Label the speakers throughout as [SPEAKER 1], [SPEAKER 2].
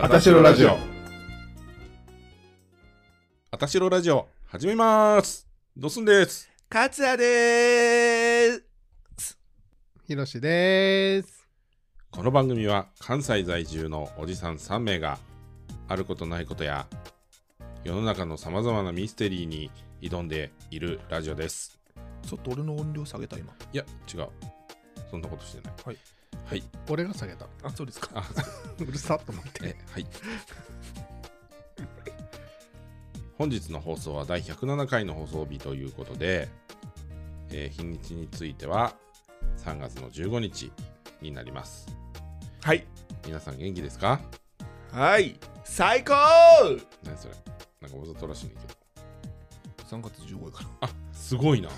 [SPEAKER 1] あたしろラジオ。
[SPEAKER 2] あたしろラジオ、始めます。ドスンです。
[SPEAKER 3] カツヤでーす。
[SPEAKER 1] ひろしです。
[SPEAKER 2] この番組は関西在住のおじさん3名が、あることないことや、世の中のさまざまなミステリーに挑んでいるラジオです。
[SPEAKER 3] ちょっと俺の音量下げた今。
[SPEAKER 2] いや、違う。そんなことしてない。
[SPEAKER 3] はい。
[SPEAKER 2] はい。
[SPEAKER 1] 俺が下げた。
[SPEAKER 3] あ、そうですか。
[SPEAKER 2] あ、
[SPEAKER 1] うるさっと思って。
[SPEAKER 2] え、はい。本日の放送は第107回の放送日ということで、えー日にちについては3月の15日になります。
[SPEAKER 3] はい。
[SPEAKER 2] 皆さん元気ですか
[SPEAKER 3] はい。最高
[SPEAKER 2] 何それなんかわざとらしいねんけど。
[SPEAKER 3] !3 月15日から。
[SPEAKER 2] あ、すごいな。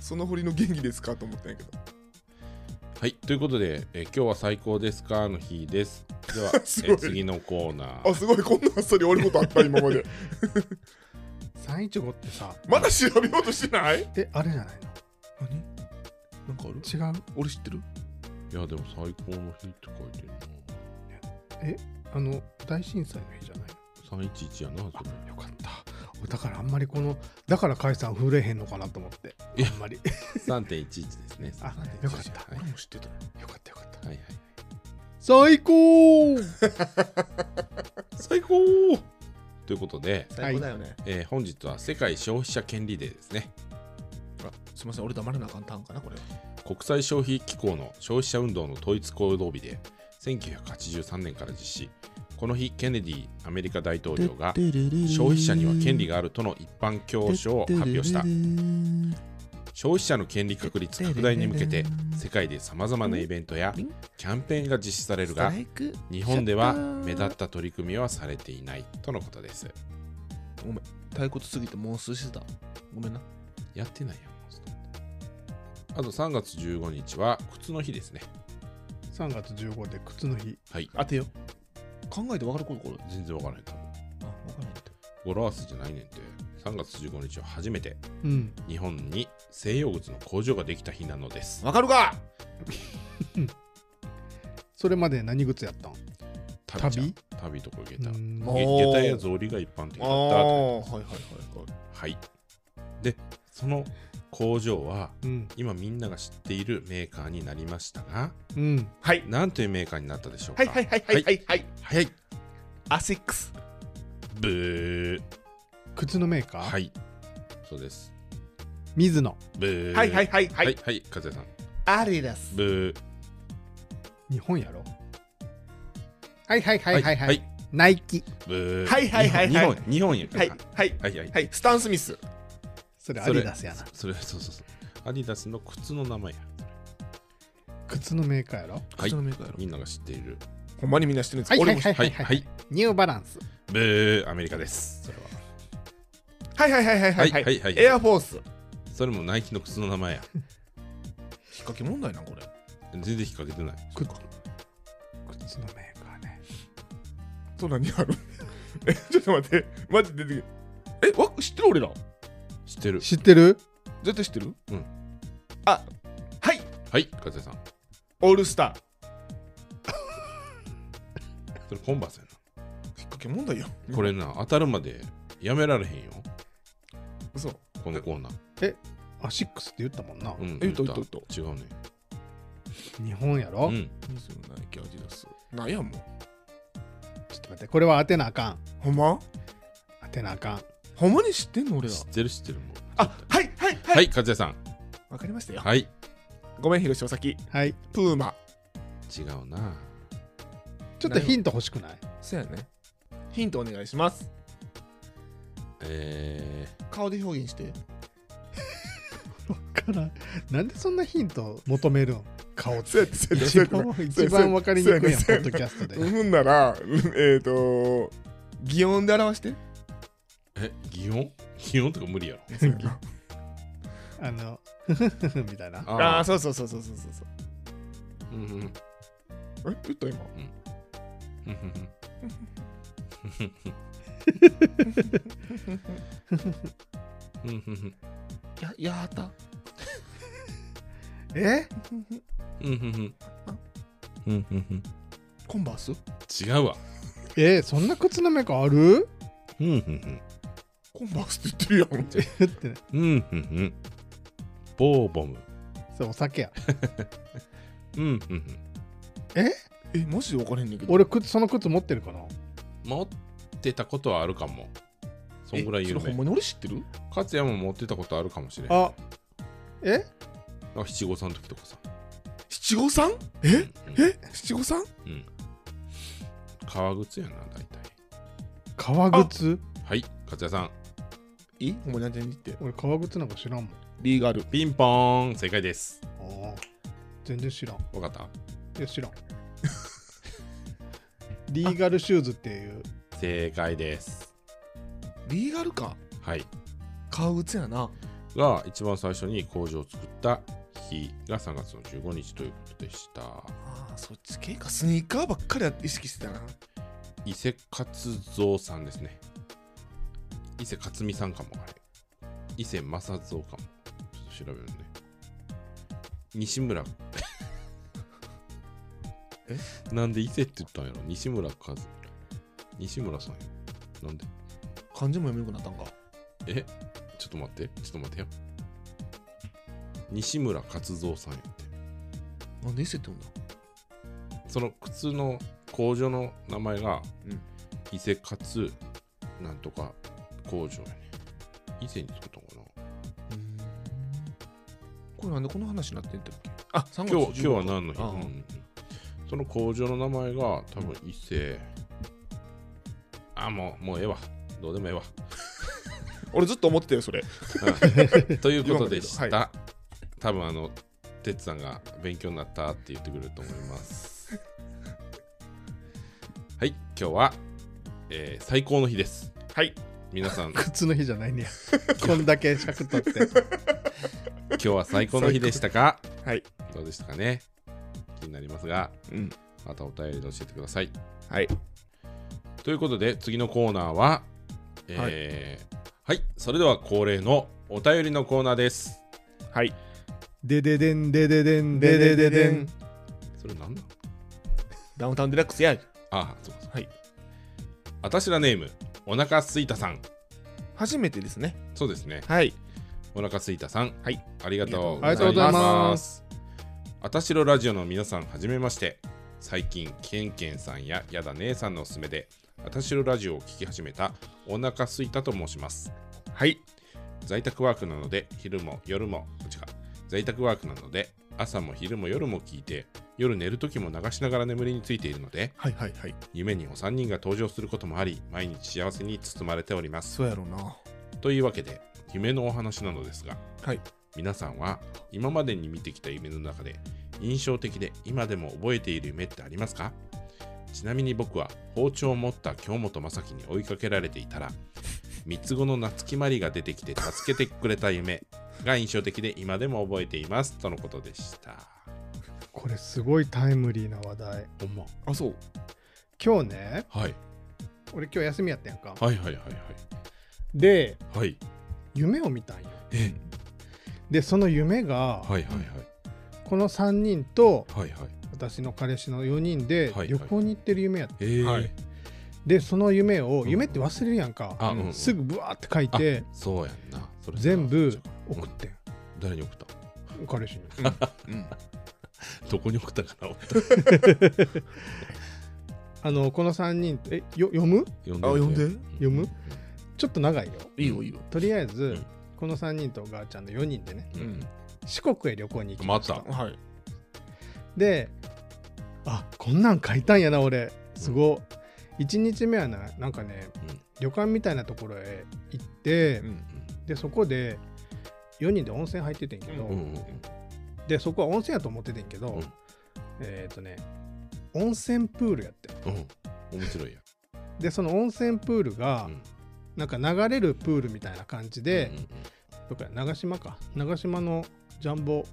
[SPEAKER 3] その振りの元気ですかと思ったんやけど。
[SPEAKER 2] はい、ということで、えー今日は最高ですかの日です。では、え
[SPEAKER 3] すご
[SPEAKER 2] ー
[SPEAKER 3] い
[SPEAKER 2] 次のコーナ
[SPEAKER 3] あ、
[SPEAKER 2] ー。
[SPEAKER 3] すごい。こんなあっさり俺のことあった今ま で。
[SPEAKER 1] 315ってさ、
[SPEAKER 3] まだ調べようとしてない
[SPEAKER 1] え、あれじゃない
[SPEAKER 3] 何なんかある
[SPEAKER 1] の違う
[SPEAKER 3] 俺知ってる
[SPEAKER 2] いや、でも最高の日って書いてるな。
[SPEAKER 1] あの、大震災の日じゃない
[SPEAKER 2] 311やな、それ。
[SPEAKER 1] のよかった。俺だからあんまりこの、だから解散触れへんのかなと思って。
[SPEAKER 2] いや
[SPEAKER 1] あん まり。
[SPEAKER 2] 3.11ですね。
[SPEAKER 1] あ
[SPEAKER 3] なんで、
[SPEAKER 1] よかった。
[SPEAKER 2] はい
[SPEAKER 3] 俺も知ってた。
[SPEAKER 1] よかったよかった。
[SPEAKER 2] はいはい。
[SPEAKER 1] 最高
[SPEAKER 2] 最高ということで、
[SPEAKER 1] 最高だ
[SPEAKER 3] よね。
[SPEAKER 2] えー本日は世界消費者権利デーですね。
[SPEAKER 3] あ、すみません。俺黙らなあかんたんかな、これ。
[SPEAKER 2] 国際消費機構の消費者運動の統一行動日で、1983年から実施。この日、ケネディアメリカ大統領が消費者には権利があるとの一般教書を発表した。消費者の権利確立拡大に向けて世界でさまざまなイベントやキャンペーンが実施されるが日本では目立った取り組みはされていないとのことです
[SPEAKER 3] ごめん。退屈すぎてモンスしてた。ごめんな。
[SPEAKER 2] やってないよモンスターあと3月15日は靴の日ですね
[SPEAKER 1] !3 月15で靴の日。
[SPEAKER 2] はい
[SPEAKER 3] 当てよ。考えてわかるこれ、これ。
[SPEAKER 2] 全然わからない多分
[SPEAKER 3] あ、わかんないって。
[SPEAKER 2] 語呂合わせじゃないねんて3月15日は初めて
[SPEAKER 1] うん。
[SPEAKER 2] 日本に西洋靴の工場ができた日なのです
[SPEAKER 3] わかるか
[SPEAKER 1] それまで何靴やったん
[SPEAKER 2] 旅じゃん旅とか下駄
[SPEAKER 1] うーん
[SPEAKER 3] も
[SPEAKER 2] 下
[SPEAKER 3] おー
[SPEAKER 2] 駄や草履が一般的だ
[SPEAKER 3] あ
[SPEAKER 2] っ
[SPEAKER 3] あ
[SPEAKER 2] たと
[SPEAKER 3] ー、はいはいはいはい。
[SPEAKER 2] はい。で、その工場は
[SPEAKER 1] うん。
[SPEAKER 2] 今みんなが知っているメーカーになりましたが、
[SPEAKER 1] うん。
[SPEAKER 3] はい。
[SPEAKER 2] なんというメーカーになったでしょうか。
[SPEAKER 3] はいはいはいはいはいはい。
[SPEAKER 2] 早い。
[SPEAKER 3] アセックス。
[SPEAKER 2] ブー。
[SPEAKER 1] 靴のメーカー。
[SPEAKER 2] はいい。そうです。
[SPEAKER 1] 水野。
[SPEAKER 2] ブー。
[SPEAKER 3] はいはいはいは
[SPEAKER 2] はい。はいい。、はい、和也さん。
[SPEAKER 3] アディダス。
[SPEAKER 2] ブー。
[SPEAKER 1] 日本やろはいはいはいはいはい。
[SPEAKER 2] はい。
[SPEAKER 1] ナイキ。
[SPEAKER 2] ブー。
[SPEAKER 3] はいはいはい
[SPEAKER 2] 日
[SPEAKER 3] はい
[SPEAKER 2] 本、日本日本やか
[SPEAKER 3] はい
[SPEAKER 2] ら。
[SPEAKER 3] はい
[SPEAKER 2] はいはい。
[SPEAKER 3] はい。スタン・スミス。
[SPEAKER 1] それア
[SPEAKER 2] それ
[SPEAKER 1] ディダスやな。
[SPEAKER 2] それ、そうそうそう。アディダスの靴の名前や。
[SPEAKER 1] 靴のメーカーやろ
[SPEAKER 2] はい
[SPEAKER 3] 靴のメーカーやろ
[SPEAKER 2] みんなが知っている。
[SPEAKER 3] ほんまにみんな知ってるんです
[SPEAKER 1] はい
[SPEAKER 3] か
[SPEAKER 1] は
[SPEAKER 3] 俺
[SPEAKER 1] い
[SPEAKER 3] も知っ
[SPEAKER 1] は
[SPEAKER 3] て
[SPEAKER 1] いはい、
[SPEAKER 2] はいはい
[SPEAKER 1] ニューバランス。
[SPEAKER 2] ブー。アメリカです。それは。
[SPEAKER 3] はいはいはいはいはい
[SPEAKER 2] は
[SPEAKER 3] は
[SPEAKER 2] は
[SPEAKER 3] い
[SPEAKER 2] いはい
[SPEAKER 3] い
[SPEAKER 2] はい
[SPEAKER 3] エアフォース。引っ
[SPEAKER 2] それもナイキの靴の名前や。
[SPEAKER 3] 掛け問題な、これ。
[SPEAKER 2] 全然引っ掛けてない。
[SPEAKER 1] 靴靴のメーカーね。
[SPEAKER 3] と何ある え、ちょっと待って。マジで出てけえ、わ、知ってる俺ら。
[SPEAKER 2] 知ってる。
[SPEAKER 1] 知ってる
[SPEAKER 3] 絶対知ってる
[SPEAKER 2] うん。
[SPEAKER 3] あ、はい。
[SPEAKER 2] はい、和也さん。
[SPEAKER 3] オールスター。
[SPEAKER 2] それコンバースやな。
[SPEAKER 3] 引っ掛け問題よ。
[SPEAKER 2] これな、当たるまでやめられへんよ、
[SPEAKER 3] 嘘。
[SPEAKER 2] このコーナー。
[SPEAKER 1] アシックスって言ったもんな。
[SPEAKER 2] うん、
[SPEAKER 3] えっと
[SPEAKER 2] 言
[SPEAKER 3] えっと
[SPEAKER 2] 違うね。
[SPEAKER 1] 日本やろ、
[SPEAKER 2] う
[SPEAKER 1] ちょ
[SPEAKER 2] ん。
[SPEAKER 3] ミスナイキアディダス。なんやもん。
[SPEAKER 1] っと待って、これは当てなあかん。
[SPEAKER 3] ほんま
[SPEAKER 1] 当てなあかん。
[SPEAKER 3] ほんまに知ってんの俺ら
[SPEAKER 2] 知。ってる知ってるもう。
[SPEAKER 3] あ、はいはいは。
[SPEAKER 2] はいい、和也さん。
[SPEAKER 3] わかりましたよ。
[SPEAKER 2] はい。
[SPEAKER 3] ごめん、広島先。
[SPEAKER 1] はい。
[SPEAKER 3] プーマ。
[SPEAKER 2] 違うな。
[SPEAKER 1] ちょっとヒント欲しくない
[SPEAKER 3] そうやね。ヒントお願いします。
[SPEAKER 2] えー、
[SPEAKER 3] 顔で表現して。
[SPEAKER 1] わからん。なんでそんなヒント求めるん顔って。
[SPEAKER 3] そうやってそうやって
[SPEAKER 1] 一
[SPEAKER 3] そうや
[SPEAKER 1] 番
[SPEAKER 3] って
[SPEAKER 1] 一番わかりにくいやん、ポ
[SPEAKER 3] そうや
[SPEAKER 1] ッ
[SPEAKER 3] ね
[SPEAKER 1] ドキャストで。
[SPEAKER 3] ふんなら、うんえっ、ー、と、擬音で表して。
[SPEAKER 2] え、擬音擬音とか無理やろ。
[SPEAKER 1] あの、 ふふふふみたいな。
[SPEAKER 3] ああー、
[SPEAKER 2] そ
[SPEAKER 3] そうそうそうそうそうそうそう。
[SPEAKER 2] うんうん。うんうん
[SPEAKER 3] え、言った今。
[SPEAKER 2] うんうんうんうん
[SPEAKER 3] や、やーた。
[SPEAKER 1] え
[SPEAKER 2] うんうんうんうんうんうん
[SPEAKER 3] コンバース
[SPEAKER 2] 違うわ
[SPEAKER 1] えー、そんな靴のメーカーある
[SPEAKER 2] うんうん
[SPEAKER 3] コンバースって言ってるやん。
[SPEAKER 1] ってね。
[SPEAKER 2] うんうんうんうんボーボム
[SPEAKER 1] それお酒や。
[SPEAKER 2] うんうんうん
[SPEAKER 3] え、マジで分からへんねんけど。
[SPEAKER 1] 俺、靴その靴持ってるかな
[SPEAKER 2] 持ってたことはあるかもそんぐらい
[SPEAKER 3] え
[SPEAKER 2] 有
[SPEAKER 3] それほん
[SPEAKER 2] 名
[SPEAKER 3] まに俺知ってる
[SPEAKER 2] 勝也も持ってたことあるかもしれん
[SPEAKER 1] あ、え
[SPEAKER 2] なんか七五三の時とかさ
[SPEAKER 3] 七五三え
[SPEAKER 2] うん
[SPEAKER 3] え七五三
[SPEAKER 2] うん革靴やな大体
[SPEAKER 1] 革靴
[SPEAKER 2] はい勝也さん
[SPEAKER 3] えほんまに何て言って。
[SPEAKER 1] 俺、革靴なんか知らんもん。
[SPEAKER 3] リーガル。
[SPEAKER 2] ピンポーン正解です
[SPEAKER 1] あー全然知らん。
[SPEAKER 2] わかった
[SPEAKER 1] いや、知らん。リーガルシューズっていう。
[SPEAKER 2] 正解です
[SPEAKER 3] リーガルか。
[SPEAKER 2] はい
[SPEAKER 3] 革靴やな。
[SPEAKER 2] が一番最初に工場を作った日が3月の15日ということでした
[SPEAKER 3] ああ、そっち系か。スニーカーばっかりやって意識してたな。
[SPEAKER 2] 伊勢勝蔵さんですね伊勢勝美さんかもあれ伊勢正蔵かもちょっと調べるね西村えなんで伊勢って言ったんやろ西村和西村さんやなんで
[SPEAKER 3] 漢字も読めなくなったんか。
[SPEAKER 2] えちょっと待ってちょっと待ってよ西村勝蔵さんやって
[SPEAKER 3] なんで伊勢って読んだ
[SPEAKER 2] その靴の工場の名前が、
[SPEAKER 3] うん
[SPEAKER 2] 伊勢勝なんとか工場やね。伊勢に作ったのかな
[SPEAKER 3] これなんでこの話になってんだっけあ、3月
[SPEAKER 2] 今日
[SPEAKER 3] 15
[SPEAKER 2] 今日は何の日、
[SPEAKER 3] ああ
[SPEAKER 2] うんうんうんその工場の名前が多分伊勢、あもうもうええわどうでもええわ
[SPEAKER 3] 俺ずっと思ってたよ、それ。
[SPEAKER 2] うんということでした、
[SPEAKER 3] 今までだ
[SPEAKER 2] 多分あの哲さんが勉強になったって言ってくれると思いますはい今日は、えー最高の日です
[SPEAKER 3] はい。
[SPEAKER 2] 皆さん
[SPEAKER 1] 靴の日じゃない ねや。こんだけ尺取って。
[SPEAKER 2] 今日は最高の日でしたか
[SPEAKER 3] はい。
[SPEAKER 2] どうでしたかね気になりますが、
[SPEAKER 3] うん。
[SPEAKER 2] またお便りで教えてください。
[SPEAKER 3] はい。
[SPEAKER 2] ということで、次のコーナーは、えーはい、それでは恒例のお便りのコーナーです。
[SPEAKER 3] はい。
[SPEAKER 1] でででんでででんででででん。
[SPEAKER 2] それなんだ
[SPEAKER 3] ダウンタウンデラックスや。
[SPEAKER 2] ああ、そうかそうか
[SPEAKER 3] はい。
[SPEAKER 2] あたしらネーム、おなかすいたさん。
[SPEAKER 3] 初めてですね。
[SPEAKER 2] そうですね。
[SPEAKER 3] はい。
[SPEAKER 2] おなかすいたさん。
[SPEAKER 3] はい。
[SPEAKER 2] ありがとうご
[SPEAKER 1] ありがと
[SPEAKER 2] ざ
[SPEAKER 1] う
[SPEAKER 2] い
[SPEAKER 1] ござい
[SPEAKER 2] ま。
[SPEAKER 1] ますす。
[SPEAKER 2] あたしろラジオの皆さん、はじめまして。最近、ケンケンさんややだ姉さんのおすすめで、あたしろラジオを聞き始めたおなかすいたと申します。
[SPEAKER 3] はい。
[SPEAKER 2] 在宅ワークなので、昼も夜も、こっちか、在宅ワークなので、朝も昼も夜も聞いて、夜寝る時も流しながら眠りについているので、
[SPEAKER 3] はいはいはい。
[SPEAKER 2] 夢にお3人が登場することもあり、毎日幸せに包まれております。
[SPEAKER 3] そうやろうな。
[SPEAKER 2] というわけで、夢のお話なのですが、
[SPEAKER 3] はい。
[SPEAKER 2] 皆さんは今までに見てきた夢の中で印象的で今でも覚えている夢ってありますかちなみに僕は包丁を持った京本正樹に追いかけられていたら三つ子の夏木マリが出てきて助けてくれた夢が印象的で今でも覚えていますとのことでした。
[SPEAKER 1] これすごいタイムリーな話題。
[SPEAKER 2] ほんま
[SPEAKER 3] あ、そう。
[SPEAKER 1] 今日ね、
[SPEAKER 2] はい
[SPEAKER 1] 俺今日休みやったやんか。
[SPEAKER 2] はいはいはい
[SPEAKER 1] で、
[SPEAKER 2] はいはい
[SPEAKER 1] 夢を見たんよ。
[SPEAKER 2] え
[SPEAKER 1] で、その夢が、
[SPEAKER 2] はいはい
[SPEAKER 1] この3人と
[SPEAKER 2] はいはいはい
[SPEAKER 1] 私の彼氏の4人
[SPEAKER 2] は
[SPEAKER 1] で
[SPEAKER 2] いはい
[SPEAKER 1] 旅行に行ってる夢やった。
[SPEAKER 2] えー
[SPEAKER 3] はい
[SPEAKER 1] で、その夢を、
[SPEAKER 2] うん
[SPEAKER 1] 夢って忘れるやんか。
[SPEAKER 2] あうん
[SPEAKER 1] すぐブワーって書いて、
[SPEAKER 2] そうやんなそれ
[SPEAKER 1] 全部
[SPEAKER 2] うん
[SPEAKER 1] 送ってん。
[SPEAKER 2] 誰に送った
[SPEAKER 1] 彼氏に。
[SPEAKER 3] うん。
[SPEAKER 2] どこに送ったかな
[SPEAKER 1] あの、この3人、え、よ読む
[SPEAKER 2] 読ん
[SPEAKER 3] あ、呼んで。
[SPEAKER 1] 読むちょっと長いよ。
[SPEAKER 3] いいよいいよ。
[SPEAKER 1] とりあえず、
[SPEAKER 2] うん
[SPEAKER 1] この3人とお母ちゃんの4人でね
[SPEAKER 2] うんうん
[SPEAKER 1] 四国へ旅行に行きま
[SPEAKER 2] ま
[SPEAKER 1] した
[SPEAKER 2] た
[SPEAKER 3] はい。
[SPEAKER 1] であこんなん書いたんやな俺すごい、1日目はななんかね
[SPEAKER 2] うん
[SPEAKER 1] 旅館みたいなところへ行って、
[SPEAKER 3] うん。
[SPEAKER 1] でそこで4人で温泉入っててんけど、
[SPEAKER 3] う
[SPEAKER 2] うんうんうん
[SPEAKER 1] でそこは温泉やと思っててんけど、
[SPEAKER 2] うん
[SPEAKER 1] えっ、とね温泉プールやって
[SPEAKER 2] うん面白いや
[SPEAKER 1] でその温泉プールが、
[SPEAKER 2] うん
[SPEAKER 1] なんか流れるプールみたいな感じで、
[SPEAKER 2] うんうん
[SPEAKER 1] どっか長島か長島のジャンボ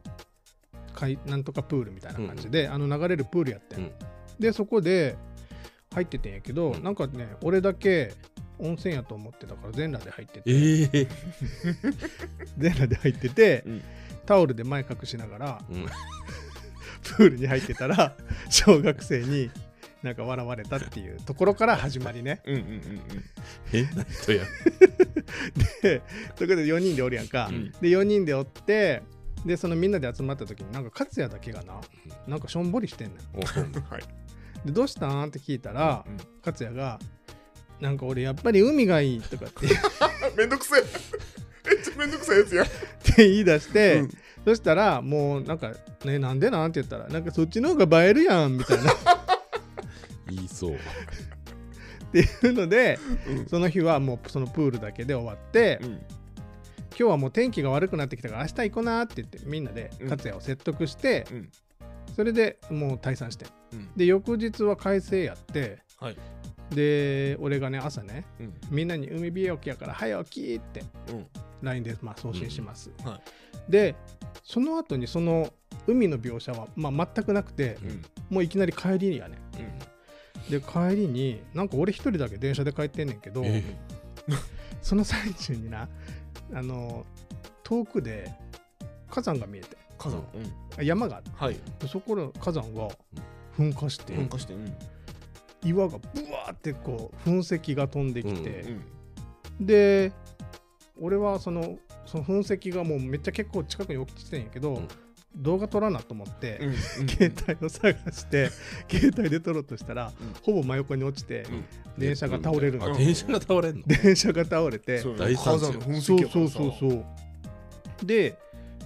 [SPEAKER 1] 海なんとかプールみたいな感じで、あの流れるプールやってん、
[SPEAKER 2] うん
[SPEAKER 1] でそこで入っててんやけど、
[SPEAKER 2] うん
[SPEAKER 1] なんかね俺だけ温泉やと思ってたから全裸で入ってて、
[SPEAKER 2] ええ
[SPEAKER 1] 全裸で入ってて、
[SPEAKER 3] うん
[SPEAKER 1] タオルで前隠しながら
[SPEAKER 2] うん
[SPEAKER 1] プールに入ってたら小学生になんか笑われたっていうところから始まりね。
[SPEAKER 3] うんうんうん
[SPEAKER 2] 変な人や。
[SPEAKER 1] でそこで4人でおるやんか、
[SPEAKER 2] うん
[SPEAKER 1] で4人でおってでそのみんなで集まった時になんか勝也だけがななんかしょんぼりしてんねん
[SPEAKER 2] おそう
[SPEAKER 3] うん。はい。
[SPEAKER 1] でどうしたんって聞いたら、
[SPEAKER 3] うん
[SPEAKER 1] 勝也が「なんか俺やっぱり海がいい」とか って言っ
[SPEAKER 3] あめんどくせえ。めっちゃめんどくさいやつや。
[SPEAKER 1] て言い出して、
[SPEAKER 3] うん
[SPEAKER 1] そしたらもうなんか「ねなんでなん?」って言ったら「なんかそっちの方が映えるやん」みたい なっ
[SPEAKER 2] 言いそう。
[SPEAKER 1] ていうので
[SPEAKER 3] うん
[SPEAKER 1] その日はもうそのプールだけで終わって、
[SPEAKER 3] うん。
[SPEAKER 1] 今日はもう天気が悪くなってきたから明日行こうなって言ってみんなで
[SPEAKER 3] うん
[SPEAKER 1] 勝也を説得して、
[SPEAKER 3] うん
[SPEAKER 1] それでもう退散して
[SPEAKER 3] うん
[SPEAKER 1] で翌日は快晴やって
[SPEAKER 3] はい。
[SPEAKER 1] で俺がね朝ね
[SPEAKER 3] うん。
[SPEAKER 1] みんなに海日和やから早起きって
[SPEAKER 3] うん。
[SPEAKER 1] LINE でまあ送信します、
[SPEAKER 3] うんは
[SPEAKER 1] でその後にその海の描写は、まあ、全くなくて、
[SPEAKER 3] うん。
[SPEAKER 1] もういきなり帰りにやね
[SPEAKER 3] うん。
[SPEAKER 1] で帰りになんか俺一人だけ電車で帰ってんねんけど、
[SPEAKER 2] え
[SPEAKER 1] その最中になあの遠くで火山が見えて
[SPEAKER 3] 火山。うん。
[SPEAKER 1] あ山があって
[SPEAKER 3] はい。
[SPEAKER 1] でそこの火山が噴火して、
[SPEAKER 3] 噴火して。うん。
[SPEAKER 1] 岩がブワーってこう噴石が飛んできて、
[SPEAKER 3] うん。
[SPEAKER 1] で俺はそのその噴石がもうめっちゃ結構近くに落ちてんやけど、
[SPEAKER 2] うん
[SPEAKER 1] 動画撮らなと思って、
[SPEAKER 3] うん。
[SPEAKER 1] 携帯を探して携帯で撮ろうとしたら、
[SPEAKER 3] うん
[SPEAKER 1] ほぼ真横に落ちて、
[SPEAKER 2] うん
[SPEAKER 1] 電車が倒れるの
[SPEAKER 2] あ電車が倒れんの
[SPEAKER 1] 電車が倒れて
[SPEAKER 3] そう
[SPEAKER 2] 大惨
[SPEAKER 3] 火
[SPEAKER 2] 事
[SPEAKER 3] 山の噴石
[SPEAKER 1] そう
[SPEAKER 3] やか
[SPEAKER 1] そ
[SPEAKER 3] ら
[SPEAKER 1] う
[SPEAKER 3] さ
[SPEAKER 1] そうそうで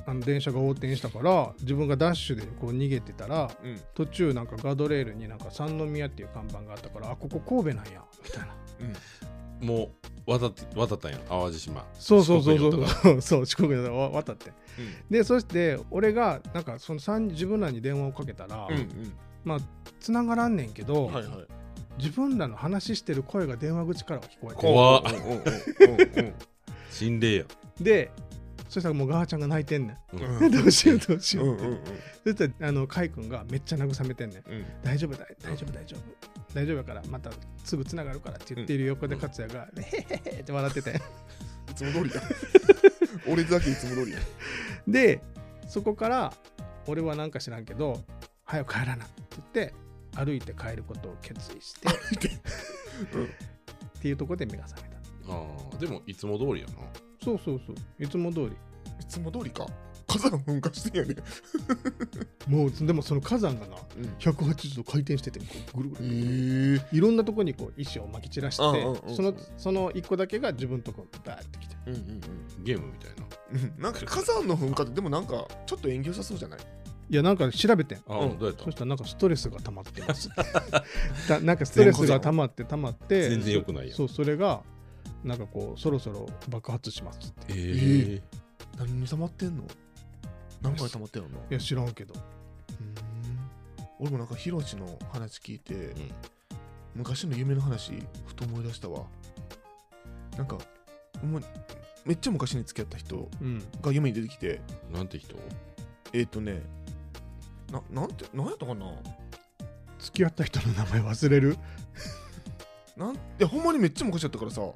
[SPEAKER 1] あの電車が横転したから自分がダッシュでこう逃げてたら
[SPEAKER 3] うん。
[SPEAKER 1] 途中なんかガードレールになんか三宮っていう看板があったからあここ神戸なんやみたいな
[SPEAKER 3] うん。
[SPEAKER 2] もう渡って渡ったんや淡路島
[SPEAKER 1] そうそうそうそ
[SPEAKER 2] 四国にお
[SPEAKER 1] う
[SPEAKER 2] ったか
[SPEAKER 1] そう そう四国に渡ってでそして俺がなんかその三自分らに電話をかけたら、
[SPEAKER 3] うん。うん。
[SPEAKER 1] まあ繋がらんねんけど、
[SPEAKER 3] はいはい。
[SPEAKER 1] 自分らの話してる声が電話口からは聞こえ
[SPEAKER 2] こ怖っ
[SPEAKER 3] うんうんうん
[SPEAKER 2] ら心霊や
[SPEAKER 1] てでそしたらもうガーちゃんが泣いてんね
[SPEAKER 2] うん
[SPEAKER 3] うん
[SPEAKER 1] ん でどうしようどうしよ
[SPEAKER 3] うん
[SPEAKER 1] うっ
[SPEAKER 3] うん
[SPEAKER 1] て、
[SPEAKER 3] うん
[SPEAKER 1] そしたらあのカイ君がめっちゃ慰めてんねん
[SPEAKER 3] うん
[SPEAKER 1] 大丈夫だ大丈夫大丈夫大丈夫やからまたすぐ繋がるからって言っている横で
[SPEAKER 2] うん
[SPEAKER 1] 勝也が「へへへ」って笑ってて
[SPEAKER 3] いつも通りや俺だけいつも通りや
[SPEAKER 1] でそこから俺はなんか知らんけど「早く帰らな」って言って歩いて帰ることを決意してっていうところで目が覚めた
[SPEAKER 2] あーでもいつも通りやな
[SPEAKER 1] そうそうそういつも通
[SPEAKER 3] い
[SPEAKER 1] り
[SPEAKER 3] つも通りか火山噴火してんやね
[SPEAKER 1] もうでもその火山がな
[SPEAKER 3] うん
[SPEAKER 1] 180度回転しててこうぐるぐ
[SPEAKER 3] え
[SPEAKER 1] るぐるぐるいろんなとこにこう石をまき散らして
[SPEAKER 3] うんうんうんうん
[SPEAKER 1] そのその一個だけが自分とこバーってきて
[SPEAKER 3] うんうん
[SPEAKER 2] ゲームみたいな
[SPEAKER 3] うんなんか火山の噴火ってでもなんかちょっと遠慮したそうじゃない
[SPEAKER 1] いやなんか調べてん
[SPEAKER 2] あー、
[SPEAKER 3] うん
[SPEAKER 2] どうやった
[SPEAKER 1] そしたらなんかストレスが溜まってます だなんかストレスが溜まって溜まって
[SPEAKER 2] 全然良くないやん
[SPEAKER 1] そうそれがなんかこうそろそろ爆発しますって
[SPEAKER 2] え
[SPEAKER 3] ー
[SPEAKER 2] ー、
[SPEAKER 3] 何に溜まってんの何回溜まってんの
[SPEAKER 1] いや知らんけど
[SPEAKER 3] 俺もなんかヒロシの話聞いて
[SPEAKER 2] うん
[SPEAKER 3] 昔の夢の話ふと思い出したわなんかもうめっちゃ昔に付き合った人
[SPEAKER 1] うん
[SPEAKER 3] が夢に出てきて
[SPEAKER 2] なんて人
[SPEAKER 3] えっ、とねななんてなんやったかな
[SPEAKER 1] 付き合った人の名前忘れ る
[SPEAKER 3] なんいやほんまにめっちゃ昔やったからさ
[SPEAKER 2] そ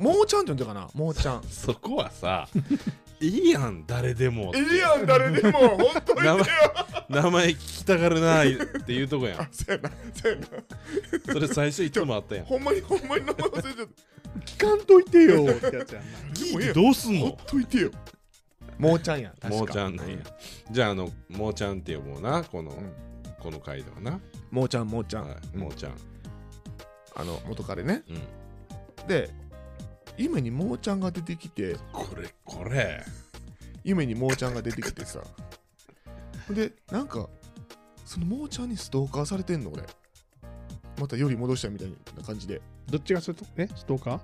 [SPEAKER 3] もうちゃんって呼んでたかなもうちゃん
[SPEAKER 2] そこはさ いいやん誰でもって
[SPEAKER 3] いいやん誰でも本当に
[SPEAKER 2] 名
[SPEAKER 3] ね
[SPEAKER 2] 前名前聞きたがるなっていうとこや
[SPEAKER 3] あ
[SPEAKER 2] ん
[SPEAKER 3] そうやなそうやな
[SPEAKER 2] それ最初いつもあったやん
[SPEAKER 3] ほんまに ほんまに名前忘れちゃっ
[SPEAKER 1] 聞かんとい てよってやつやんな
[SPEAKER 3] 聞いて
[SPEAKER 2] どうすん
[SPEAKER 3] たほっといてよもうちゃんや確か
[SPEAKER 2] もうちゃんなんやじゃああのもうちゃんって呼ぼうなこの、
[SPEAKER 3] ん
[SPEAKER 2] この回ではな、
[SPEAKER 3] もうちゃんもうちゃん、
[SPEAKER 2] はい、もうちゃん、
[SPEAKER 3] あの元彼ね
[SPEAKER 2] うん、
[SPEAKER 3] で夢にもうちゃんが出てきて
[SPEAKER 2] これこれ
[SPEAKER 3] 夢にもうちゃんが出てきてさでなんかそのもうちゃんにストーカーされてんの俺またより戻したみたいな感じで
[SPEAKER 1] どっちがするとえストーカー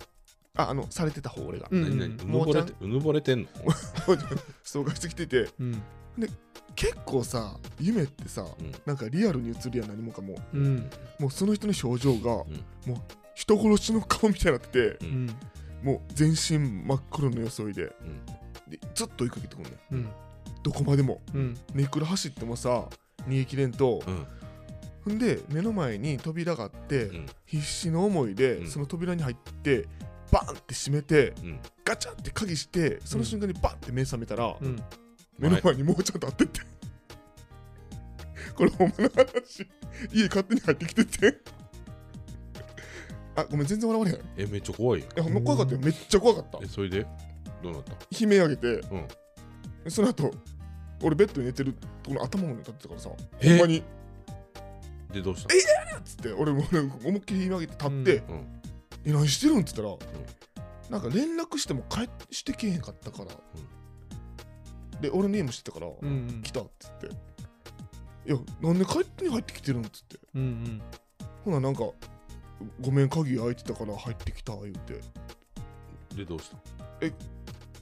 [SPEAKER 3] ああのされてた方俺が
[SPEAKER 1] うん
[SPEAKER 2] 何何う
[SPEAKER 3] も
[SPEAKER 2] ぬ
[SPEAKER 3] う
[SPEAKER 2] ぼ
[SPEAKER 3] ちゃ
[SPEAKER 2] れ
[SPEAKER 3] ん
[SPEAKER 2] てうぬぼれてんの
[SPEAKER 3] ストーカーしてきてて
[SPEAKER 1] うん
[SPEAKER 3] 結構さ夢ってさ、
[SPEAKER 2] うん
[SPEAKER 3] なんかリアルに映るやん何もかも
[SPEAKER 1] うん
[SPEAKER 3] もうその人の表情が、
[SPEAKER 2] ん
[SPEAKER 3] もう人殺しの顔みたいになってて
[SPEAKER 2] う
[SPEAKER 1] うんん
[SPEAKER 3] もう全身真っ黒の装いで
[SPEAKER 2] うん
[SPEAKER 3] でずっと追いかけてくんねん
[SPEAKER 1] うん
[SPEAKER 3] どこまでも
[SPEAKER 1] うん
[SPEAKER 3] ネクラ走ってもさ逃げ切れんと、
[SPEAKER 2] うん
[SPEAKER 3] ほんで目の前に扉があって、
[SPEAKER 2] うん
[SPEAKER 3] 必死の思いで、
[SPEAKER 2] うん
[SPEAKER 3] その扉に入ってバンって閉めて
[SPEAKER 2] うん
[SPEAKER 3] ガチャって鍵してその瞬間にバンって目覚めたら、
[SPEAKER 1] うん
[SPEAKER 3] 目の前にもうちゃんとあってってこれほんまの話家勝手に入ってきててあごめん全然笑われへんい
[SPEAKER 2] え、めっちゃ怖いやん。
[SPEAKER 3] やほんま怖かったよめっちゃ怖かった
[SPEAKER 2] え、それでどうなった
[SPEAKER 3] 悲鳴上げて
[SPEAKER 2] うん。
[SPEAKER 3] その後俺ベッドに寝てるとこの頭も立ってたからさほんま
[SPEAKER 2] え
[SPEAKER 3] に
[SPEAKER 2] で、どうした
[SPEAKER 3] っつって俺もなんか思いっきり悲鳴上げて立って
[SPEAKER 2] うんうん
[SPEAKER 3] 「え何してるん?」っつったらなんか連絡しても帰ってしてけえへんかったからで俺ネームしてたから
[SPEAKER 1] うんうん
[SPEAKER 3] 来たっつって「いやなんで帰ってに入ってきてるん?」っつって
[SPEAKER 1] うんうん
[SPEAKER 3] ほななんか「ごめん鍵開いてたから入ってきた」言うて
[SPEAKER 2] で、どうした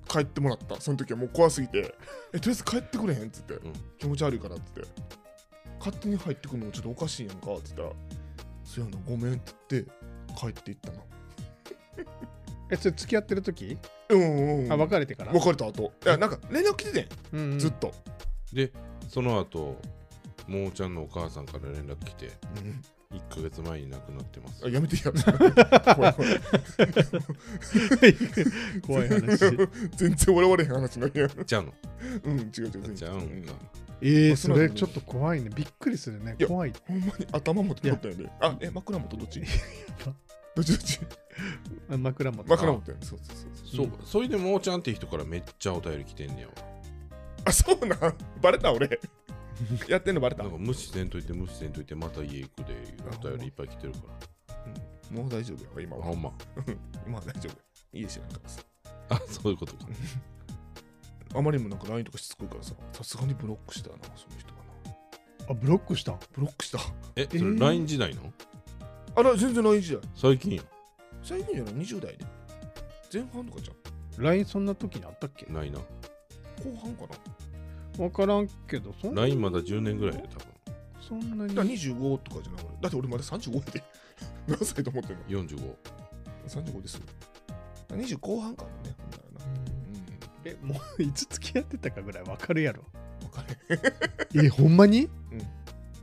[SPEAKER 3] 帰ってもらったその時はもう怖すぎて「えとりあえず帰ってくれへん」っつって、
[SPEAKER 2] ん
[SPEAKER 3] 気持ち悪いから」っつって「勝手に入ってくるのもちょっとおかしいやんか」っつったら「そうやなごめん」っつって帰っていったな
[SPEAKER 1] えそれ付き合ってる時
[SPEAKER 3] うんうんうん
[SPEAKER 1] あ
[SPEAKER 3] 別
[SPEAKER 1] 別れてから
[SPEAKER 3] れた後いやなんか連絡来ててん、
[SPEAKER 1] うんうん
[SPEAKER 3] ずっと、
[SPEAKER 2] で、その後、もーちゃんのお母さんから連絡来て、
[SPEAKER 3] うん
[SPEAKER 2] 1ヶ月前に亡くなってます
[SPEAKER 3] あ。や めてや怖い怖い
[SPEAKER 1] 怖い話
[SPEAKER 3] 全然笑われへん話なんや
[SPEAKER 2] ちゃうの
[SPEAKER 3] うん違う違う
[SPEAKER 2] なっ
[SPEAKER 3] 全
[SPEAKER 2] ちゃ
[SPEAKER 3] 然
[SPEAKER 2] うんか。
[SPEAKER 1] えー、それちょっと怖いねびっくりするね
[SPEAKER 3] いや
[SPEAKER 1] 怖い
[SPEAKER 3] ほんまに頭も取ったよねあえ枕元どっち
[SPEAKER 1] ば
[SPEAKER 3] どっちどっち
[SPEAKER 1] あ枕元
[SPEAKER 3] 枕元やねそうそうそうそう
[SPEAKER 2] そう、それでもーちゃんっていう人からめっちゃお便り来てんねやわ。
[SPEAKER 3] あそうなんバレ た俺やってんのバレた
[SPEAKER 2] なんか無視せんといて無視せんといてまた家行くでお便りいっぱい来てるか
[SPEAKER 3] もう大丈夫やわ今
[SPEAKER 2] ら。ほ
[SPEAKER 3] は
[SPEAKER 2] んま。
[SPEAKER 3] 今は大丈夫家知らんからさ
[SPEAKER 2] あ、そういうことか。
[SPEAKER 3] あまりにもなんか LINE とかしつこいからささすがにブロックしたなその人かな
[SPEAKER 1] あブロックしたん
[SPEAKER 3] ブロックした
[SPEAKER 2] え、そ
[SPEAKER 1] え
[SPEAKER 2] れ
[SPEAKER 1] ー
[SPEAKER 2] LINE 時代の
[SPEAKER 3] あら全然 LINE 時代
[SPEAKER 2] 最近や
[SPEAKER 3] 最近やろ20代で前半とかじゃ
[SPEAKER 1] LINE そんな時にあったっけ
[SPEAKER 2] ないな。
[SPEAKER 3] ん後半かなだか
[SPEAKER 1] 分からんけどそんな
[SPEAKER 2] LINE まだ10年ぐらいで多
[SPEAKER 1] そんな
[SPEAKER 3] ら
[SPEAKER 1] に
[SPEAKER 3] 25とかじゃない俺だって俺まだ35やで 何歳と思ってんの
[SPEAKER 2] 分。45。
[SPEAKER 3] 35ですよ20後半かもねほんならなう
[SPEAKER 1] えもういつ付き合ってたかぐらい分かるやろ
[SPEAKER 3] ん分かれへん
[SPEAKER 1] えほんまに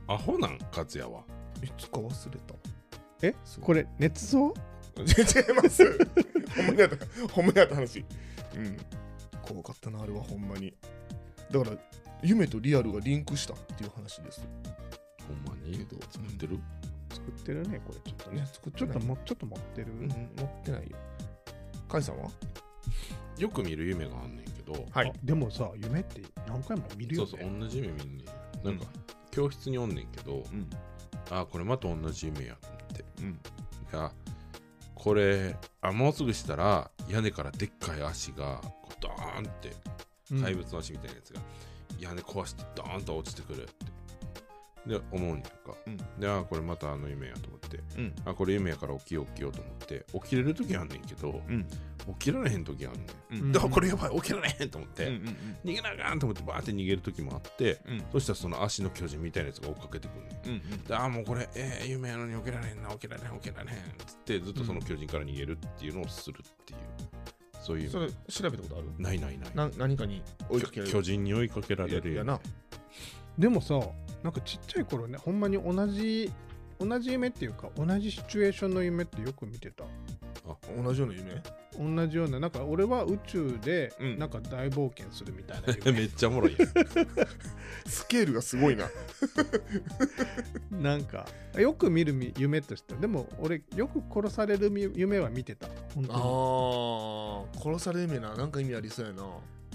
[SPEAKER 2] アホなん、勝也は。
[SPEAKER 3] いつか忘れた
[SPEAKER 1] え
[SPEAKER 3] そう
[SPEAKER 1] これ熱造
[SPEAKER 3] 違います。ほんまにあった、ほんまにあった話。うん。怖かったな、あれはほんまに。だから、夢とリアルがリンクしたっていう話です。
[SPEAKER 2] ほんまに
[SPEAKER 3] ど、
[SPEAKER 2] 作ってる
[SPEAKER 1] 作ってるねこれちょっと
[SPEAKER 3] ね
[SPEAKER 1] ね、
[SPEAKER 3] 作って
[SPEAKER 1] ちょっ
[SPEAKER 3] ない
[SPEAKER 1] ともちょっと持ってる、
[SPEAKER 3] うん、持ってないよ。カイさんは
[SPEAKER 2] よく見る夢があんねんけど、
[SPEAKER 3] はい
[SPEAKER 1] あでもさ夢って何回も見るよ
[SPEAKER 2] そう
[SPEAKER 1] ね
[SPEAKER 2] そう、同じ夢見んねん。なんか、教室におんねんけど、
[SPEAKER 3] うん。
[SPEAKER 2] あ、これまた同じ夢やと思って。
[SPEAKER 3] うん。
[SPEAKER 2] いや、これ、あ、もうすぐしたら、屋根からでっかい足が、こうドーンって
[SPEAKER 1] うん
[SPEAKER 2] 怪物の足みたいなやつが屋根壊してドーンと落ちてくるってで思うんやんか、
[SPEAKER 3] うん
[SPEAKER 2] でああこれまたあの夢やと思って
[SPEAKER 3] うん。
[SPEAKER 2] あこれ夢やから起きよう起きようと思って起きれる時あんねんけど
[SPEAKER 3] うん。
[SPEAKER 2] 起きられへん時あんねん、
[SPEAKER 3] うん
[SPEAKER 2] であこれやばい起きられへんと思って、
[SPEAKER 3] うん。うん。
[SPEAKER 2] 逃げなあかんと思ってバーって逃げる時もあって
[SPEAKER 3] うん。
[SPEAKER 2] そしたらその足の巨人みたいなやつが追っかけてくるねん
[SPEAKER 3] うん。
[SPEAKER 2] でああもうこれ、えー夢やのに起きられへんな起きられへん起きられへんっつってずっとその巨人から逃げるっていうのをするっていうそういう
[SPEAKER 3] それ、調べたことある
[SPEAKER 2] ないないない
[SPEAKER 3] な何かに追いかけられ
[SPEAKER 2] 巨人に追いかけられる
[SPEAKER 3] る。
[SPEAKER 2] よ
[SPEAKER 3] やな。
[SPEAKER 1] でもさなんかちっちゃい頃ねほんまに同じ同じ夢っていうか同じシチュエーションの夢ってよく見てた
[SPEAKER 3] 同じような夢
[SPEAKER 1] 同じようななんか俺は宇宙で
[SPEAKER 3] うん
[SPEAKER 1] なんか大冒険するみ たいな夢、
[SPEAKER 2] めっちゃおもろいやん。
[SPEAKER 3] スケールがすごいな。
[SPEAKER 1] なんかよく見るみ夢としてでも俺よく殺されるみ夢は見てた本当
[SPEAKER 3] ああ、殺される夢な。なんか意味ありそうやな。
[SPEAKER 1] に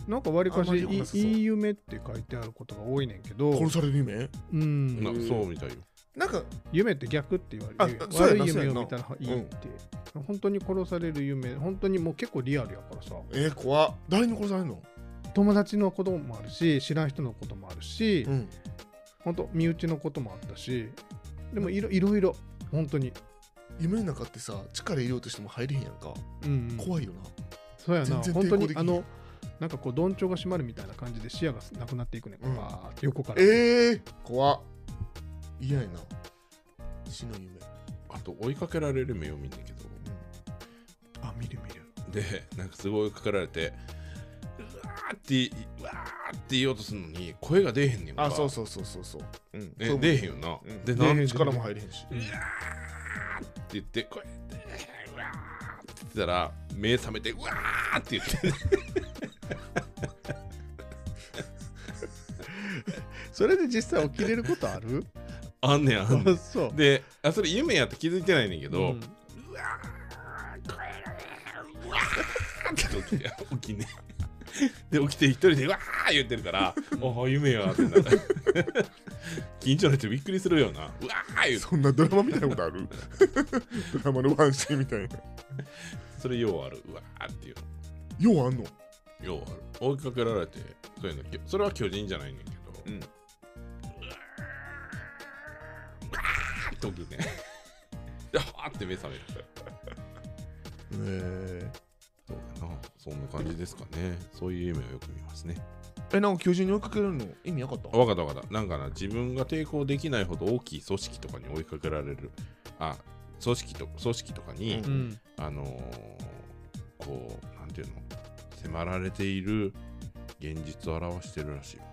[SPEAKER 1] なんかわりか
[SPEAKER 3] あん
[SPEAKER 1] し
[SPEAKER 3] まり良くなさ
[SPEAKER 1] い
[SPEAKER 3] そう
[SPEAKER 1] いいい夢って書いてあることが多いねんけど
[SPEAKER 3] 殺される夢
[SPEAKER 1] うん
[SPEAKER 2] なそうみたいよ。
[SPEAKER 3] なんか
[SPEAKER 1] 夢って逆って言われる
[SPEAKER 3] あそうやな
[SPEAKER 1] 悪
[SPEAKER 3] いそう
[SPEAKER 1] 夢
[SPEAKER 3] や
[SPEAKER 1] を
[SPEAKER 3] な
[SPEAKER 1] 見たらいいって、本当に殺される夢本当にもう結構リアルやからさ
[SPEAKER 3] えー、怖っ誰に殺されるの
[SPEAKER 1] 友達のこともあるし知らん人のこともあるし、
[SPEAKER 3] ん
[SPEAKER 1] 本当身内のこともあったしでもいろいろいろ本当に、
[SPEAKER 3] 夢の中ってさ力入れようとしても入れへんやんか、
[SPEAKER 1] うんうん
[SPEAKER 3] 怖いよな
[SPEAKER 1] そうやな
[SPEAKER 3] 全然
[SPEAKER 1] 本
[SPEAKER 3] 抵
[SPEAKER 1] 当
[SPEAKER 3] 抗で
[SPEAKER 1] に
[SPEAKER 3] きな
[SPEAKER 1] あ
[SPEAKER 3] い
[SPEAKER 1] のなんかこうどんちょうが閉まるみたいな感じで視野がなくなっていくね、
[SPEAKER 3] うん
[SPEAKER 1] バーって横から、
[SPEAKER 3] ええー、怖っ嫌やな死の夢、
[SPEAKER 2] あと追いかけられる夢を見んだけど。
[SPEAKER 1] あ見る見る
[SPEAKER 2] で、なんかすごい追いかけられて、うわーって、うわーって言おうとするのに声が出えへんねんか。
[SPEAKER 3] あそうそうそうそうそう、うん
[SPEAKER 2] ね
[SPEAKER 3] そう
[SPEAKER 2] 出えへんよな。
[SPEAKER 3] うん
[SPEAKER 2] で、
[SPEAKER 1] 出
[SPEAKER 2] な
[SPEAKER 1] え
[SPEAKER 2] ん
[SPEAKER 1] へん
[SPEAKER 2] て
[SPEAKER 3] 力も入れへんし、
[SPEAKER 2] 言って、声出えへん、うわーって言ってたら、目覚めて、うわーって言って、
[SPEAKER 1] それで実際起きれることある
[SPEAKER 2] あんねんあんね
[SPEAKER 1] あ
[SPEAKER 2] ん
[SPEAKER 1] そう。
[SPEAKER 2] であそれ夢やって気づいてないねんけど、
[SPEAKER 1] うん
[SPEAKER 2] って 起きて起きんねで起きて一人でわー言ってるから「おお夢や」ってなる 近所の人びっくりするよな「うわー」言うて
[SPEAKER 3] そんなドラマみたいなこと あるドラマのワンシーンみたいな。
[SPEAKER 2] それようある「うわー」っていう
[SPEAKER 3] ようあんの
[SPEAKER 2] ようある追いかけられてそういうのきょそれは巨人じゃないねんけど「
[SPEAKER 3] うん
[SPEAKER 2] うわー」って起きんねんではーって目覚める
[SPEAKER 3] え
[SPEAKER 2] そうやなそんな感じですかねそういう夢をよく見ますね
[SPEAKER 3] え、なんか巨人に追いかけるの意味なかった
[SPEAKER 2] あわかったわかった。なんかな、自分が抵抗できないほど大きい組織とかに追いかけられる。あ、組織と組織とかに、
[SPEAKER 3] うん
[SPEAKER 1] うん。
[SPEAKER 2] あのーこう、なんていうの、迫られている現実を表してるらしいよ。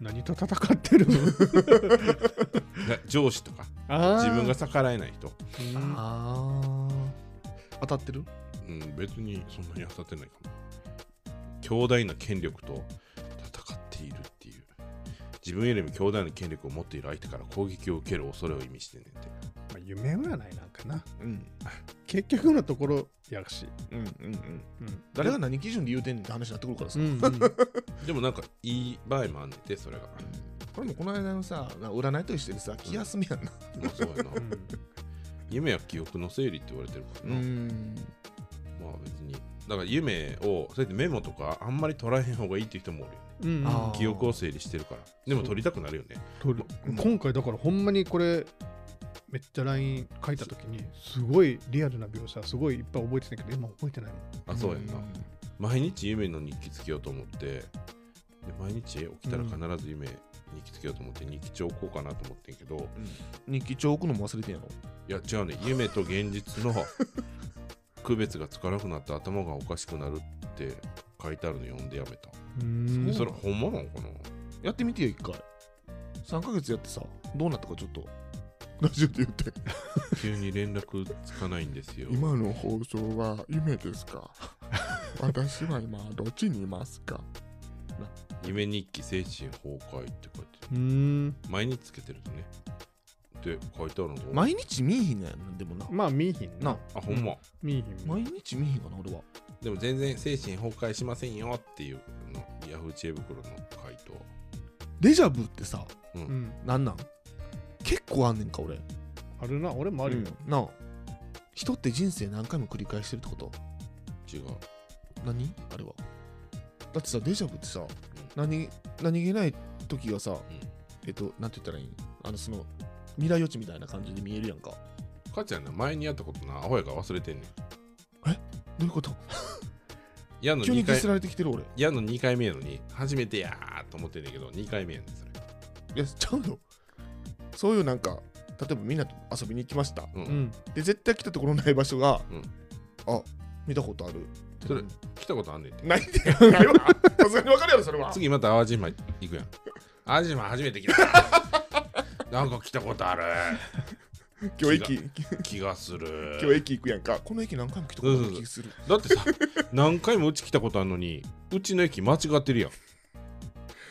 [SPEAKER 1] 何と戦っ てるの
[SPEAKER 2] だ上司とか、
[SPEAKER 1] あ
[SPEAKER 2] 自分が逆らえない人。
[SPEAKER 1] が。
[SPEAKER 3] あー当たってる
[SPEAKER 2] うん、別にそんなに当たってないかも。強大な権力と戦っているっていう。自分よりも強大な権力を持っている相手から攻撃を受ける恐れを意味してんねんて。
[SPEAKER 1] まあ夢占いなんかな。
[SPEAKER 3] うん。
[SPEAKER 1] 結局のところやし。
[SPEAKER 3] うんうんうん。
[SPEAKER 1] うん。
[SPEAKER 3] 誰が何基準で言うてんねんって話になってくるからさ。
[SPEAKER 1] うん
[SPEAKER 2] でもなんかいい場合もあんねんて、それが。
[SPEAKER 3] これもこの間のさ、な占いと一緒でさ、気休めやんな。
[SPEAKER 2] まあそうやな
[SPEAKER 1] うん
[SPEAKER 2] 夢や記憶の整理って言われてるからな、
[SPEAKER 3] ん。
[SPEAKER 2] まあ別にだから夢をそうやってメモとかあんまり捉えへん方がいいっていう人もおるよね
[SPEAKER 1] うん
[SPEAKER 3] あー
[SPEAKER 2] 記憶を整理してるからでも取りたくなるよね
[SPEAKER 1] 取る
[SPEAKER 3] うん
[SPEAKER 1] 今回だからほんまにこれめっちゃ LINE 書いた時にすごいリアルな描写すごいいっぱい覚えてたけど今覚えてないも
[SPEAKER 2] あ
[SPEAKER 1] ん
[SPEAKER 2] そうやんな毎日夢の日記つけようと思ってで毎日起きたら必ず夢日記つけようと思って日記帳置こうかなと思ってんけど
[SPEAKER 3] 日記帳置くのも忘れてんやろ。
[SPEAKER 2] いや違うね夢と現実 の区別がつかなくなって頭がおかしくなるって書いてあるの読んでやめたでそれほんまなのかな
[SPEAKER 3] やってみてよ、一回。3ヶ月やってさ、どうなったかちょっと。ラジオで言 って。
[SPEAKER 2] 急に連絡つかないんです よ。
[SPEAKER 3] 今の放送は夢ですか 私は今、どっちにいますか
[SPEAKER 2] 夢日記精神崩壊って書いて
[SPEAKER 1] うーん
[SPEAKER 2] る。毎日つけてるとね。って書いてあるのが
[SPEAKER 3] 毎日見えひんねん、でもな。
[SPEAKER 1] まあ見えひんな
[SPEAKER 3] な、
[SPEAKER 2] あ、ほんま。
[SPEAKER 1] 見えひん見えひん
[SPEAKER 3] 毎日見えひんかな、俺は。
[SPEAKER 2] でも全然精神崩壊しませんよっていうのヤフー知恵袋の回答。
[SPEAKER 3] デジャブってさ、
[SPEAKER 2] うん。
[SPEAKER 1] うん
[SPEAKER 3] なんなん結構あんねんか、俺。
[SPEAKER 1] あるな俺もあるよ
[SPEAKER 3] うんなあ。人って人生何回も繰り返してるってこと
[SPEAKER 2] 違う。
[SPEAKER 3] 何あれは。だってさ、デジャブってさ、何何気ない時がさ、えっと、なんて言ったらいいんあの、その、未来予知みたいな感じで見えるやんか。ど
[SPEAKER 2] かっちゃんな、前にやったことな、アホやから忘れてんねん。
[SPEAKER 3] ういうこと
[SPEAKER 2] やの
[SPEAKER 3] 急に
[SPEAKER 2] 2
[SPEAKER 3] ディ
[SPEAKER 2] 回
[SPEAKER 3] ス。られてきてる俺。い
[SPEAKER 2] やの2回目やのに、初めてやーと思ってんねんけど、2回目やねん、それ。
[SPEAKER 3] や、ちゃうよ。そういうなんか、例えばみんなと遊びに行きました。
[SPEAKER 2] うん。
[SPEAKER 1] うん
[SPEAKER 3] で、絶対来たところない場所が、
[SPEAKER 2] うん
[SPEAKER 3] あ見たことある。
[SPEAKER 2] それ来たことあんねんて。
[SPEAKER 3] ない んだよ。ないわさすがにわかるやろ、それは。
[SPEAKER 2] 次また淡路島行くやん。淡路島初めて来 た。なんか来たことある。
[SPEAKER 3] 今日駅、
[SPEAKER 2] 気がする。
[SPEAKER 3] 今日駅行くやんか。この駅何回も来たことある気がする。
[SPEAKER 2] だってさ、 何回もうち来たことあるのに、うちの駅間違ってるやん。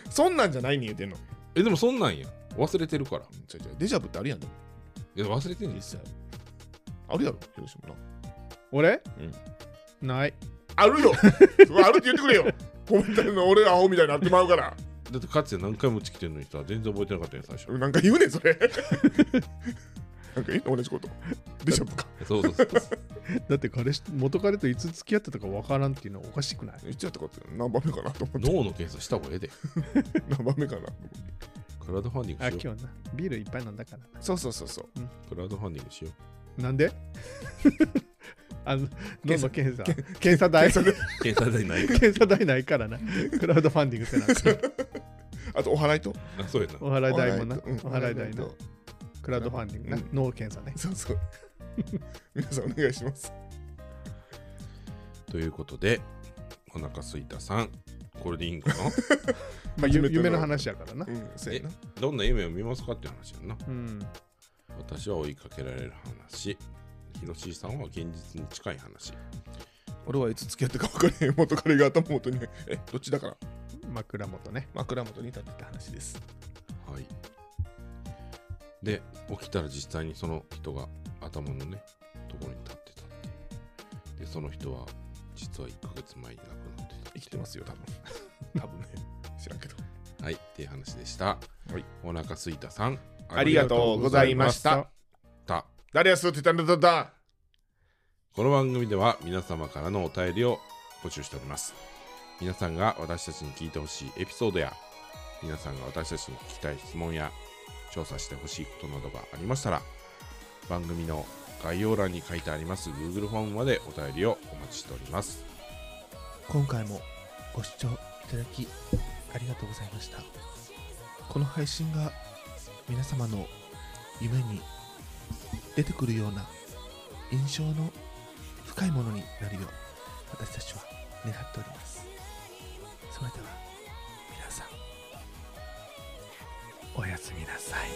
[SPEAKER 3] そんなんじゃないに言うてんの。
[SPEAKER 2] え、でもそんなんや。忘れてるから。
[SPEAKER 3] ちょいちょいデジャブってあるやん、でも
[SPEAKER 2] いや、忘れてんねん
[SPEAKER 3] 実際。あるやろ、広島な。
[SPEAKER 1] 俺
[SPEAKER 3] うん
[SPEAKER 1] ない
[SPEAKER 3] あるよそ れあるって言ってくれよ本当の俺らアホみたいになってまうから
[SPEAKER 2] だってかつて何回もうち来てるのにさ、全然覚えてなかったやん、最初。
[SPEAKER 3] なんか言うねんそれ なんか言うの同じことデジャブか
[SPEAKER 2] そうそうそう。
[SPEAKER 1] だって彼氏元彼といつ付き合ってたかわからんっていうのはおかしくない
[SPEAKER 3] 言っちゃったこと何番目かなと思って
[SPEAKER 2] 脳の検査した方がええで。
[SPEAKER 3] 何番目かな
[SPEAKER 2] クラウドファンディン
[SPEAKER 1] あ
[SPEAKER 2] グしよ
[SPEAKER 1] 今日なビールいっぱいなんだから
[SPEAKER 3] そうそうそうそう
[SPEAKER 2] う。クラウドファンディングしよ
[SPEAKER 1] ななんで あの脳の検査
[SPEAKER 3] 検
[SPEAKER 1] 検査代
[SPEAKER 3] 検
[SPEAKER 2] う。検査じゃないか。
[SPEAKER 1] 検査代ないからなクラウドファンディングってなんか
[SPEAKER 3] あとお祓いと
[SPEAKER 2] あ、そうやな。
[SPEAKER 1] お払い代もな、
[SPEAKER 3] うん
[SPEAKER 1] お払い代の
[SPEAKER 3] と
[SPEAKER 1] クラウドファンディングな、
[SPEAKER 3] うん
[SPEAKER 1] 脳検査ね。
[SPEAKER 3] そうそう 皆さんお願いします
[SPEAKER 2] ということで、お腹すいたさん、これでいいんかな
[SPEAKER 1] まあ、ゆ
[SPEAKER 3] 初めて
[SPEAKER 1] 夢の話やからな
[SPEAKER 3] う。んせやな
[SPEAKER 2] どんな夢を見ますかって話やんな。
[SPEAKER 1] うん。
[SPEAKER 2] 私は追いかけられる話。ヒロシーさんは現実に近い話。
[SPEAKER 3] 俺はいつ付き合ったか分からへん 元彼が頭元にえどっちだから
[SPEAKER 1] 枕元ね。
[SPEAKER 3] 枕元に立ってた話です
[SPEAKER 2] はい。で、起きたら実際にその人が頭のね、ところに立ってたっていう。で、その人は、実は1ヶ月前に亡くなってた。
[SPEAKER 3] 生きてますよ
[SPEAKER 2] 多分。
[SPEAKER 3] 多分ね。知らんけど。
[SPEAKER 2] はい、っていう話でした。
[SPEAKER 3] はい、
[SPEAKER 2] お腹すいたさん、
[SPEAKER 3] ありがとうございまし
[SPEAKER 2] あり
[SPEAKER 3] た
[SPEAKER 2] がとう。ございました。
[SPEAKER 3] 誰やすって言ったんだだ
[SPEAKER 2] この番組では皆様からのお便りを募集しております。皆さんが私たちに聞いてほしいエピソードや、皆さんが私たちに聞きたい質問や、調査してほしいことなどがありましたら、番組の概要欄に書いてあります Google フォームまでお便りをお待ちしております。
[SPEAKER 3] 今回もご視聴いただきありがとうございましたこの配信が皆様の夢に出てくるような印象の深いものになるよう私たちは願っておりますそれでは皆さんおやすみなさい